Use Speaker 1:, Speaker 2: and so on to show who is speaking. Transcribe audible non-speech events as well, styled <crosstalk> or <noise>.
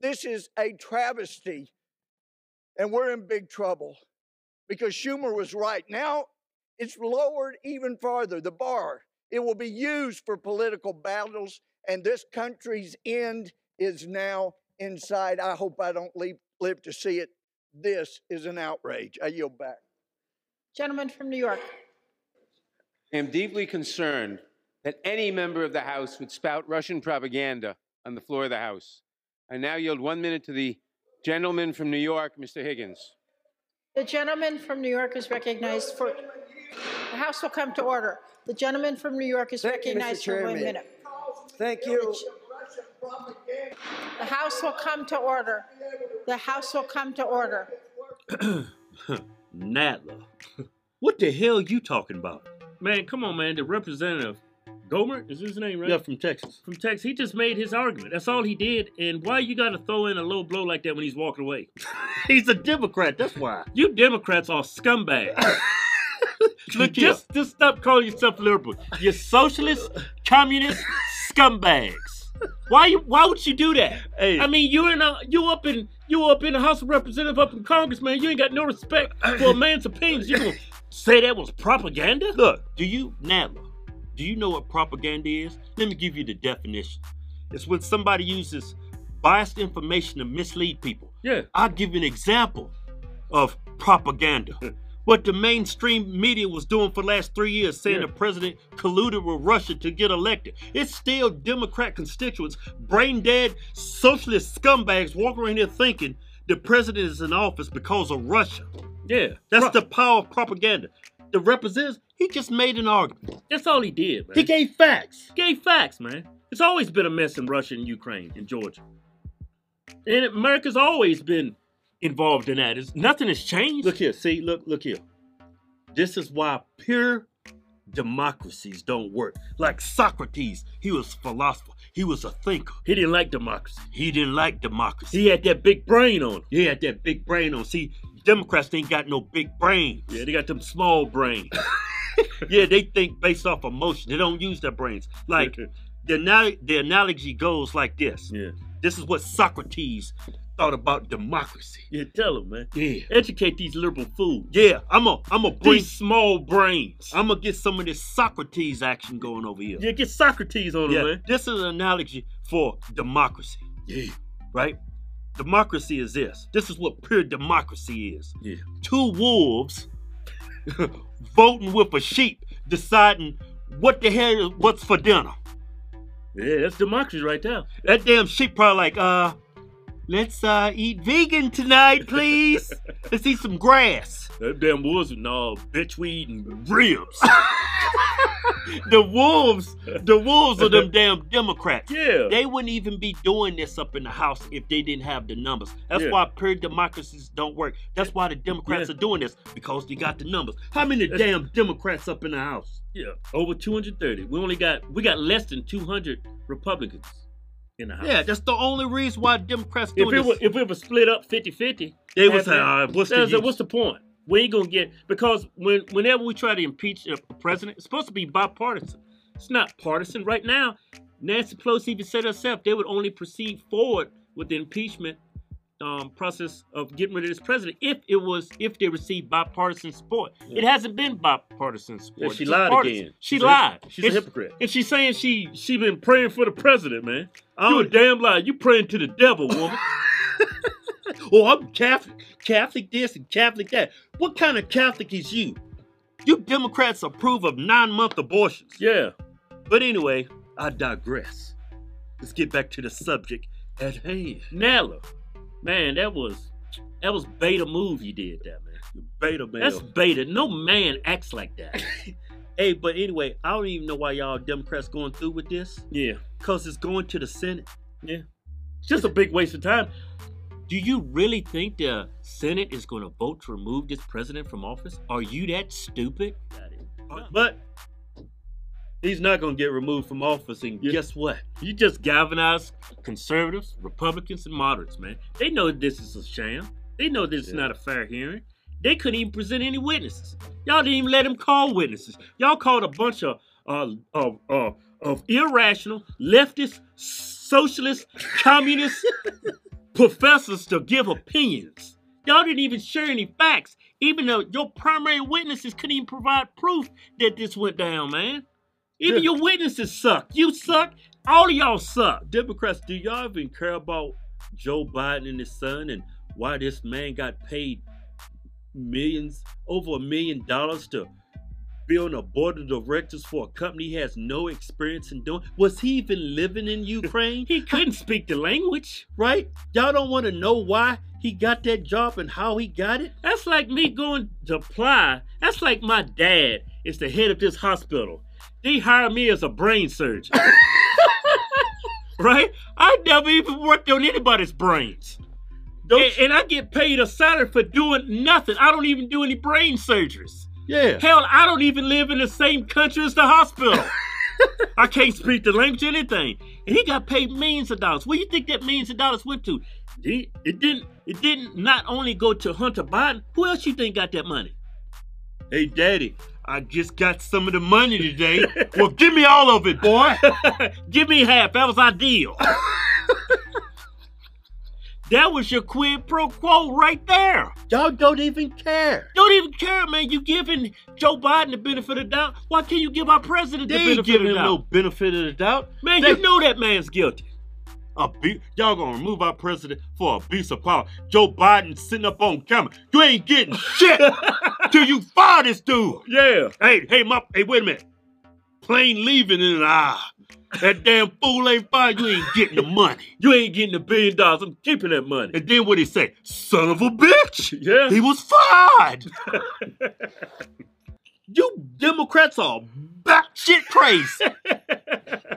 Speaker 1: This is a travesty, and we're in big trouble because Schumer was right. Now it's lowered even farther, the bar. It will be used for political battles, and this country's end is now inside. I hope I don't leave, live to see it. This is an outrage. I yield back.
Speaker 2: Gentleman from New York.
Speaker 3: I am deeply concerned that any member of the House would spout Russian propaganda on the floor of the House. I now yield one minute to the gentleman from New York, Mr. Higgins.
Speaker 2: The gentleman from New York is recognized for. The House will come to order. The gentleman from New York is
Speaker 4: Thank you, Mr.
Speaker 2: recognized for one
Speaker 4: Chairman.
Speaker 2: minute.
Speaker 4: Thank you.
Speaker 2: The House will come to order. The House will come to order.
Speaker 5: Nadler. What the hell you talking about?
Speaker 6: Man, come on, man. The representative, Gomer, is his name right?
Speaker 5: Yeah, from Texas.
Speaker 6: From Texas, he just made his argument. That's all he did. And why you got to throw in a low blow like that when he's walking away?
Speaker 5: He's a Democrat, that's why.
Speaker 6: You Democrats are
Speaker 5: <laughs>
Speaker 6: scumbags. Look,
Speaker 5: Yeah.
Speaker 6: just, just stop calling yourself liberal. You're socialist, communist scumbags. Why you? Why would you do that?
Speaker 5: Hey.
Speaker 6: I mean, you're in a, you up in you up in the House of Representative up in Congress, man. You ain't got no respect for a man's opinions.
Speaker 5: <laughs>
Speaker 6: You gonna say that was propaganda?
Speaker 5: Look, do you, Nadler, do you know what propaganda is? Let me give you the definition. It's when somebody uses biased information to mislead people.
Speaker 6: Yeah.
Speaker 5: I'll give you an example of propaganda.
Speaker 6: <laughs>
Speaker 5: What the mainstream media was doing for the last three years, saying
Speaker 6: Yeah.
Speaker 5: the president colluded with Russia to get elected. It's still Democrat constituents, brain dead socialist scumbags walking around here thinking the president is in office because of Russia.
Speaker 6: Yeah,
Speaker 5: That's
Speaker 6: Right.
Speaker 5: the power of propaganda. The representative, he just made an argument.
Speaker 6: that's all he did, man.
Speaker 5: He gave facts.
Speaker 6: gave facts, man. It's always been a mess in Russia and Ukraine and Georgia. And America's always been involved in that. It's, nothing has changed.
Speaker 5: Look here, see, look, look here. This is why pure democracies don't work. Like Socrates, he was a philosopher. He was a thinker.
Speaker 6: he didn't like democracy.
Speaker 5: He didn't like democracy.
Speaker 6: He had that big brain on him.
Speaker 5: He had that big brain on. See, Democrats ain't got no big brains.
Speaker 6: Yeah, they got them small brains.
Speaker 5: <laughs> yeah, they think based off emotion. They don't use their brains.
Speaker 6: <laughs>
Speaker 5: Like the, anal- the analogy goes like this.
Speaker 6: yeah.
Speaker 5: This is what Socrates thought about democracy.
Speaker 6: Yeah, tell them, man.
Speaker 5: Yeah.
Speaker 6: Educate these liberal fools.
Speaker 5: Yeah, I'm a I'm a bring
Speaker 6: These small brains.
Speaker 5: I'm gonna get some of this Socrates action going over here.
Speaker 6: yeah, get Socrates on
Speaker 5: Yeah,
Speaker 6: them, man.
Speaker 5: this is an analogy for democracy.
Speaker 6: Yeah.
Speaker 5: Right? Democracy is this. This is what pure democracy is.
Speaker 6: Yeah.
Speaker 5: Two wolves <laughs> voting with a sheep, deciding what the hell what's for dinner.
Speaker 6: Yeah, that's democracy right there.
Speaker 5: That damn sheep probably like, uh, let's uh eat vegan tonight, please. let's eat some grass.
Speaker 6: That damn wolves and all bitch weed and ribs.
Speaker 5: <laughs> The wolves, the wolves are them damn Democrats.
Speaker 6: yeah.
Speaker 5: They wouldn't even be doing this up in the House if they didn't have the numbers. That's
Speaker 6: Yeah.
Speaker 5: why pure democracies don't work. That's why the Democrats
Speaker 6: Yeah.
Speaker 5: are doing this because they got the numbers. How many
Speaker 6: That's-
Speaker 5: damn Democrats up in the House?
Speaker 6: Yeah, over 230. We only got we got less than 200 Republicans in the House.
Speaker 5: Yeah, that's the only reason why Democrats
Speaker 6: if
Speaker 5: doing
Speaker 6: it
Speaker 5: this.
Speaker 6: was if it was split up 50-50,
Speaker 5: they
Speaker 6: half
Speaker 5: was like,
Speaker 6: and half,
Speaker 5: "Ah, what's the
Speaker 6: that's-
Speaker 5: use?"
Speaker 6: what's the point? We ain't gonna get because when whenever we try to impeach a president, it's supposed to be bipartisan. It's not partisan. Right now, Nancy Pelosi even said herself they would only proceed forward with the impeachment um, process of getting rid of this president if it was if they received bipartisan support. It hasn't been bipartisan support.
Speaker 5: Yeah, she
Speaker 6: It's
Speaker 5: lied
Speaker 6: partisan.
Speaker 5: again.
Speaker 6: She
Speaker 5: She's a-
Speaker 6: lied.
Speaker 5: she's a
Speaker 6: It's-
Speaker 5: hypocrite.
Speaker 6: and she's saying she she been praying for the president, man.
Speaker 5: I
Speaker 6: You a
Speaker 5: don't-
Speaker 6: damn lie. You praying to the devil, woman.
Speaker 5: <laughs> Oh, I'm Catholic. Catholic this and Catholic that. What kind of Catholic is you? You Democrats approve of nine month abortions.
Speaker 6: yeah.
Speaker 5: But anyway, I digress. Let's get back to the subject at hand.
Speaker 6: Nella. Man, that was that was beta move you did that, man.
Speaker 5: Beta male.
Speaker 6: That's beta. No man acts like that.
Speaker 5: <laughs> hey, but anyway, I don't even know why y'all Democrats going through with this.
Speaker 6: yeah.
Speaker 5: Cause it's going to the Senate.
Speaker 6: Yeah. It's just a big waste of time. Do you really think the Senate is gonna vote to remove this president from office? Are you that stupid?
Speaker 5: Uh, But he's not gonna get removed from office. And
Speaker 6: Yeah.
Speaker 5: guess what?
Speaker 6: You just galvanize conservatives, Republicans, and moderates, man. They know this is a sham. They know this is
Speaker 5: Yeah.
Speaker 6: not a fair hearing. They couldn't even present any witnesses. Y'all didn't even let them call witnesses. Y'all called a bunch of uh, of, uh, <laughs> of irrational leftist, socialist, communist professors to give opinions. Y'all didn't even share any facts, even though your primary witnesses couldn't even provide proof that this went down, man. Even your witnesses suck. You suck. All of y'all suck. Democrats, do y'all even care about Joe Biden and his son and why this man got paid millions, over a million dollars to be on a board of directors for a company he has no experience in doing? Was he even living in Ukraine?
Speaker 5: <laughs> He couldn't speak the language.
Speaker 6: right? Y'all don't want to know why he got that job and how he got it?
Speaker 5: That's like me going to apply. That's like my dad is the head of this hospital. They hired me as a
Speaker 6: <laughs>
Speaker 5: brain surgeon. right? I never even worked on anybody's brains.
Speaker 6: Don't
Speaker 5: and, and I get paid a salary for doing nothing. I don't even do any brain surgeries.
Speaker 6: Yeah.
Speaker 5: Hell, I don't even live in the same country as the hospital. I can't speak the language or anything. And he got paid millions of dollars. What do you think that millions of dollars went to? It it didn't it didn't not only go to Hunter Biden, who else you think got that money?
Speaker 6: Hey, daddy.
Speaker 5: I just got some of the money today. well, give me all of it, boy. give me half. That was our deal. that was your quid pro quo right there.
Speaker 6: Y'all don't even care.
Speaker 5: Don't even care, man. You giving Joe Biden the benefit of the doubt. Why can't you give our president
Speaker 6: They
Speaker 5: the
Speaker 6: ain't
Speaker 5: benefit
Speaker 6: giving
Speaker 5: of
Speaker 6: him
Speaker 5: the doubt?
Speaker 6: no benefit of the doubt.
Speaker 5: man,
Speaker 6: they-
Speaker 5: you know that man's guilty.
Speaker 6: Abu- y'all gonna remove our president for abuse of power. Joe Biden sitting up on camera. You ain't
Speaker 5: <laughs>
Speaker 6: getting shit till you fire this dude.
Speaker 5: Yeah.
Speaker 6: Hey, hey, my, hey, wait a minute. Plane leaving in an hour. That damn fool ain't fired. You ain't getting the money.
Speaker 5: You ain't getting a billion dollars. I'm keeping that money.
Speaker 6: And then what he say? Son of a bitch.
Speaker 5: Yeah.
Speaker 6: He was fired. you Democrats are batshit crazy.